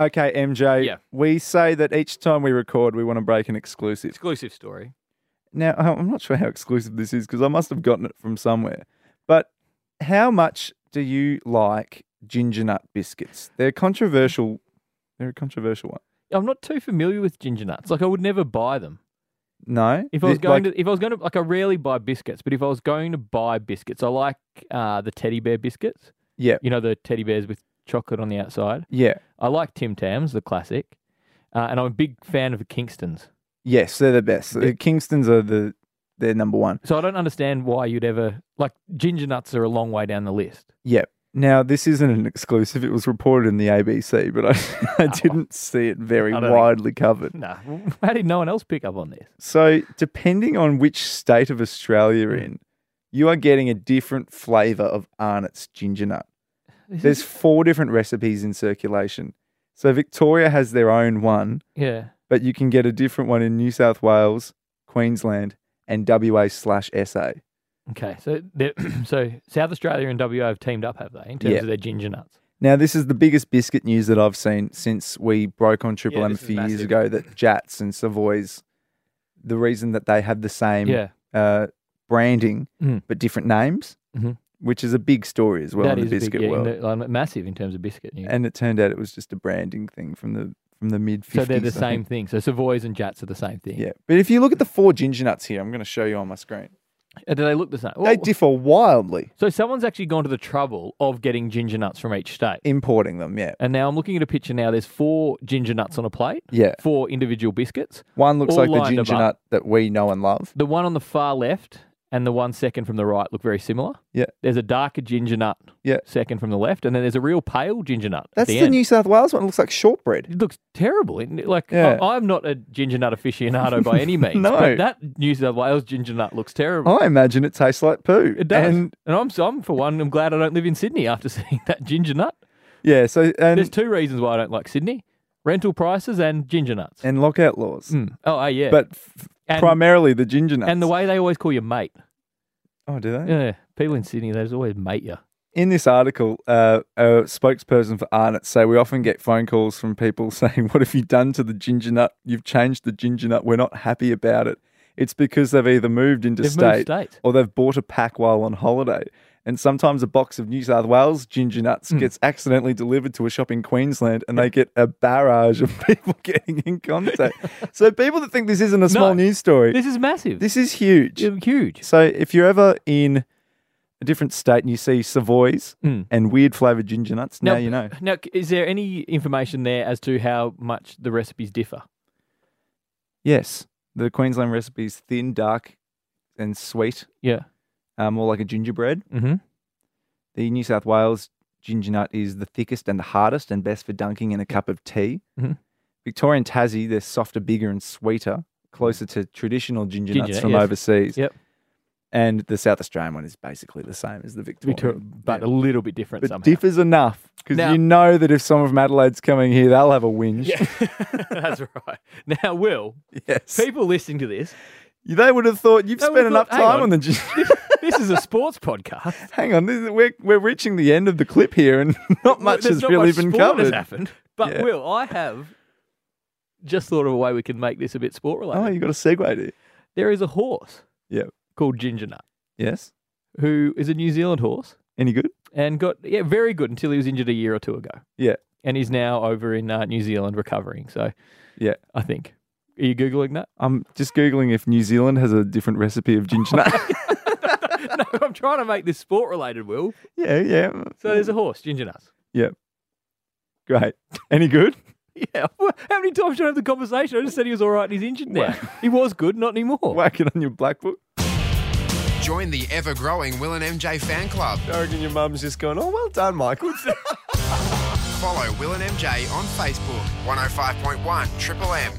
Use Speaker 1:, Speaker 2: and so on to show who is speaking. Speaker 1: Okay, MJ.
Speaker 2: Yeah.
Speaker 1: We say that each time we record, we want to break an exclusive.
Speaker 2: Exclusive story.
Speaker 1: Now, I- I'm not sure how exclusive this is because I must have gotten it from somewhere. But how much do you like ginger nut biscuits? They're controversial. They're a controversial one.
Speaker 2: I'm not too familiar with ginger nuts. Like I would never buy them.
Speaker 1: No.
Speaker 2: If I was going to, if I was going to, like I rarely buy biscuits, but if I was going to buy biscuits, I like uh, the teddy bear biscuits.
Speaker 1: Yeah.
Speaker 2: You know the teddy bears with chocolate on the outside.
Speaker 1: Yeah.
Speaker 2: I like Tim Tams, the classic, uh, and I'm a big fan of the Kingstons.
Speaker 1: Yes, they're the best. The Kingston's are the they're number one.
Speaker 2: So I don't understand why you'd ever like ginger nuts are a long way down the list.
Speaker 1: Yep. Now this isn't an exclusive. It was reported in the ABC, but I, I didn't see it very
Speaker 2: Ah, I don't think-
Speaker 1: widely covered.
Speaker 2: Nah, how did no one else pick up on this?
Speaker 1: So, depending on which state of Australia
Speaker 2: Hmm.
Speaker 1: you're in, you are getting a different flavour of Arnott's ginger nut.
Speaker 2: This
Speaker 1: There's
Speaker 2: is-
Speaker 1: four different recipes in circulation. So, Victoria has their own one,
Speaker 2: yeah,
Speaker 1: but you can get a different one in New South Wales, Queensland, and WA slash SA.
Speaker 2: okay. So they're- so South Australia and WA have teamed up, have they, in terms
Speaker 1: Yeah.
Speaker 2: of their ginger nuts?
Speaker 1: Now, this is the biggest biscuit news that I've seen since we broke on Triple
Speaker 2: Yeah,
Speaker 1: M a
Speaker 2: this is
Speaker 1: few years
Speaker 2: massive.
Speaker 1: ago that Jats and Savoy's, the reason that they have the same
Speaker 2: Yeah,
Speaker 1: uh, branding
Speaker 2: Mm.
Speaker 1: but different names,
Speaker 2: Mhm.
Speaker 1: which is a big story as well
Speaker 2: that
Speaker 1: in
Speaker 2: is
Speaker 1: the
Speaker 2: a big,
Speaker 1: biscuit
Speaker 2: yeah, in
Speaker 1: world.
Speaker 2: the- like, massive in terms of biscuit. news.
Speaker 1: And it turned out it was just a branding thing from the from the mid 50s.
Speaker 2: So they're the
Speaker 1: I
Speaker 2: same
Speaker 1: think.
Speaker 2: thing. So Savoys and Jats are the same thing.
Speaker 1: Yeah, but if you look at the four ginger nuts here, I'm going to show you on my screen.
Speaker 2: Uh, Do they look the same?
Speaker 1: They
Speaker 2: Oh,
Speaker 1: differ wildly.
Speaker 2: So someone's actually gone to the trouble of getting ginger nuts from each state.
Speaker 1: Importing them, yeah,
Speaker 2: And now I'm looking at a picture now. There's four ginger nuts on a plate.
Speaker 1: yeah.
Speaker 2: Four individual biscuits.
Speaker 1: One looks
Speaker 2: All
Speaker 1: like the
Speaker 2: lined up.
Speaker 1: ginger nut that we know and love.
Speaker 2: The one on the far left and the one second from the right look very similar.
Speaker 1: Yeah.
Speaker 2: There's a darker ginger nut.
Speaker 1: Yeah.
Speaker 2: Second from the left, and then there's a real pale ginger nut. at
Speaker 1: That's the,
Speaker 2: end.
Speaker 1: New South Wales one. It looks like shortbread.
Speaker 2: It looks terrible. isn't it? Like
Speaker 1: Yeah.
Speaker 2: I, I'm not a ginger nut aficionado by any means.
Speaker 1: No.
Speaker 2: But that New South Wales ginger nut looks terrible.
Speaker 1: I imagine Oh, it tastes like poo.
Speaker 2: Mm. It does.
Speaker 1: And
Speaker 2: And, I'm, so I'm, for one, I'm glad I don't live in Sydney after seeing that ginger nut.
Speaker 1: yeah, so
Speaker 2: There's
Speaker 1: and
Speaker 2: two reasons why I don't like Sydney rental prices and ginger nuts.
Speaker 1: and lockout laws,
Speaker 2: Mm. Oh, ah, yeah.
Speaker 1: but f-
Speaker 2: and,
Speaker 1: primarily the ginger nuts.
Speaker 2: and the way they always call you mate.
Speaker 1: oh, do they?
Speaker 2: Yeah. People in Sydney, they just always mate you.
Speaker 1: in this article, uh, a spokesperson for Arnott say we often get phone calls from people saying, "What have you done to the ginger nut? You've changed the ginger nut. We're not happy about it." It's because they've either moved into
Speaker 2: They've
Speaker 1: state,
Speaker 2: moved states.
Speaker 1: or they've bought a pack while on holiday. And sometimes a box of New South Wales ginger nuts gets accidentally delivered to a shop in Queensland, and they get a barrage of people getting in contact. so people that think this isn't a small
Speaker 2: No.
Speaker 1: news story, this,
Speaker 2: This is massive.
Speaker 1: is huge.
Speaker 2: is huge.
Speaker 1: So if you're ever in a different state and you see Savoys
Speaker 2: Mm.
Speaker 1: and weird flavored ginger nuts, now
Speaker 2: Now-
Speaker 1: you know.
Speaker 2: Now, c- is there any information there as to how much the recipes differ?
Speaker 1: Yes, the Queensland recipe is thin, dark, and sweet,
Speaker 2: Yeah.
Speaker 1: uh, more like a gingerbread.
Speaker 2: Mm-hmm.
Speaker 1: The New South Wales ginger nut is the thickest and the hardest and best for dunking in a cup of tea.
Speaker 2: Mhm.
Speaker 1: Victorian Tassie, they're softer, bigger, and sweeter, closer to traditional ginger,
Speaker 2: Ginger
Speaker 1: nuts
Speaker 2: nut,
Speaker 1: from
Speaker 2: yes.
Speaker 1: overseas.
Speaker 2: Yep.
Speaker 1: And the South Australian one is basically the same as the Victorian.
Speaker 2: But
Speaker 1: Yeah.
Speaker 2: a little bit different
Speaker 1: but
Speaker 2: somehow.
Speaker 1: differs enough because
Speaker 2: Now-
Speaker 1: you know that if someone from Adelaide's coming here, they'll have a whinge.
Speaker 2: yeah. That's right. Now, Will,
Speaker 1: Yes,
Speaker 2: people listening to this,
Speaker 1: they would have thought you've
Speaker 2: They would
Speaker 1: spent
Speaker 2: have
Speaker 1: enough
Speaker 2: thought, "Hang
Speaker 1: time on,
Speaker 2: on."
Speaker 1: the. gin-
Speaker 2: this is a sports podcast.
Speaker 1: Hang on, this is, we're we're reaching the end of the clip here, and not much
Speaker 2: There's
Speaker 1: has
Speaker 2: not
Speaker 1: really
Speaker 2: much
Speaker 1: been
Speaker 2: sport has
Speaker 1: covered.
Speaker 2: happened. But
Speaker 1: Yeah.
Speaker 2: Will, I have just thought of a way we can make this a bit sport related.
Speaker 1: Oh, you got a segue there.
Speaker 2: There is a horse
Speaker 1: Yep.
Speaker 2: called Ginger Nut,
Speaker 1: Yes.
Speaker 2: who is a New Zealand horse
Speaker 1: Any good?
Speaker 2: and got yeah very good until he was injured a year or two ago.
Speaker 1: Yeah.
Speaker 2: and he's now over in uh, New Zealand recovering. So
Speaker 1: Yeah.
Speaker 2: I think. Are you googling that?
Speaker 1: I'm just googling if New Zealand has a different recipe of ginger nut.
Speaker 2: no, I'm trying to make this sport related, Will.
Speaker 1: yeah, yeah.
Speaker 2: So there's a horse, Ginger Nuts.
Speaker 1: Great. Any good?
Speaker 2: Yeah. How many times should I have the conversation? I just said he was all right and he's injured now. He was good, not anymore.
Speaker 1: Whack it on your black book.
Speaker 3: Join the ever growing Will and MJ fan club.
Speaker 4: I reckon your mum's just going, oh, well done, Michael.
Speaker 3: oh Follow Will and MJ on Facebook, 105.1 Triple M.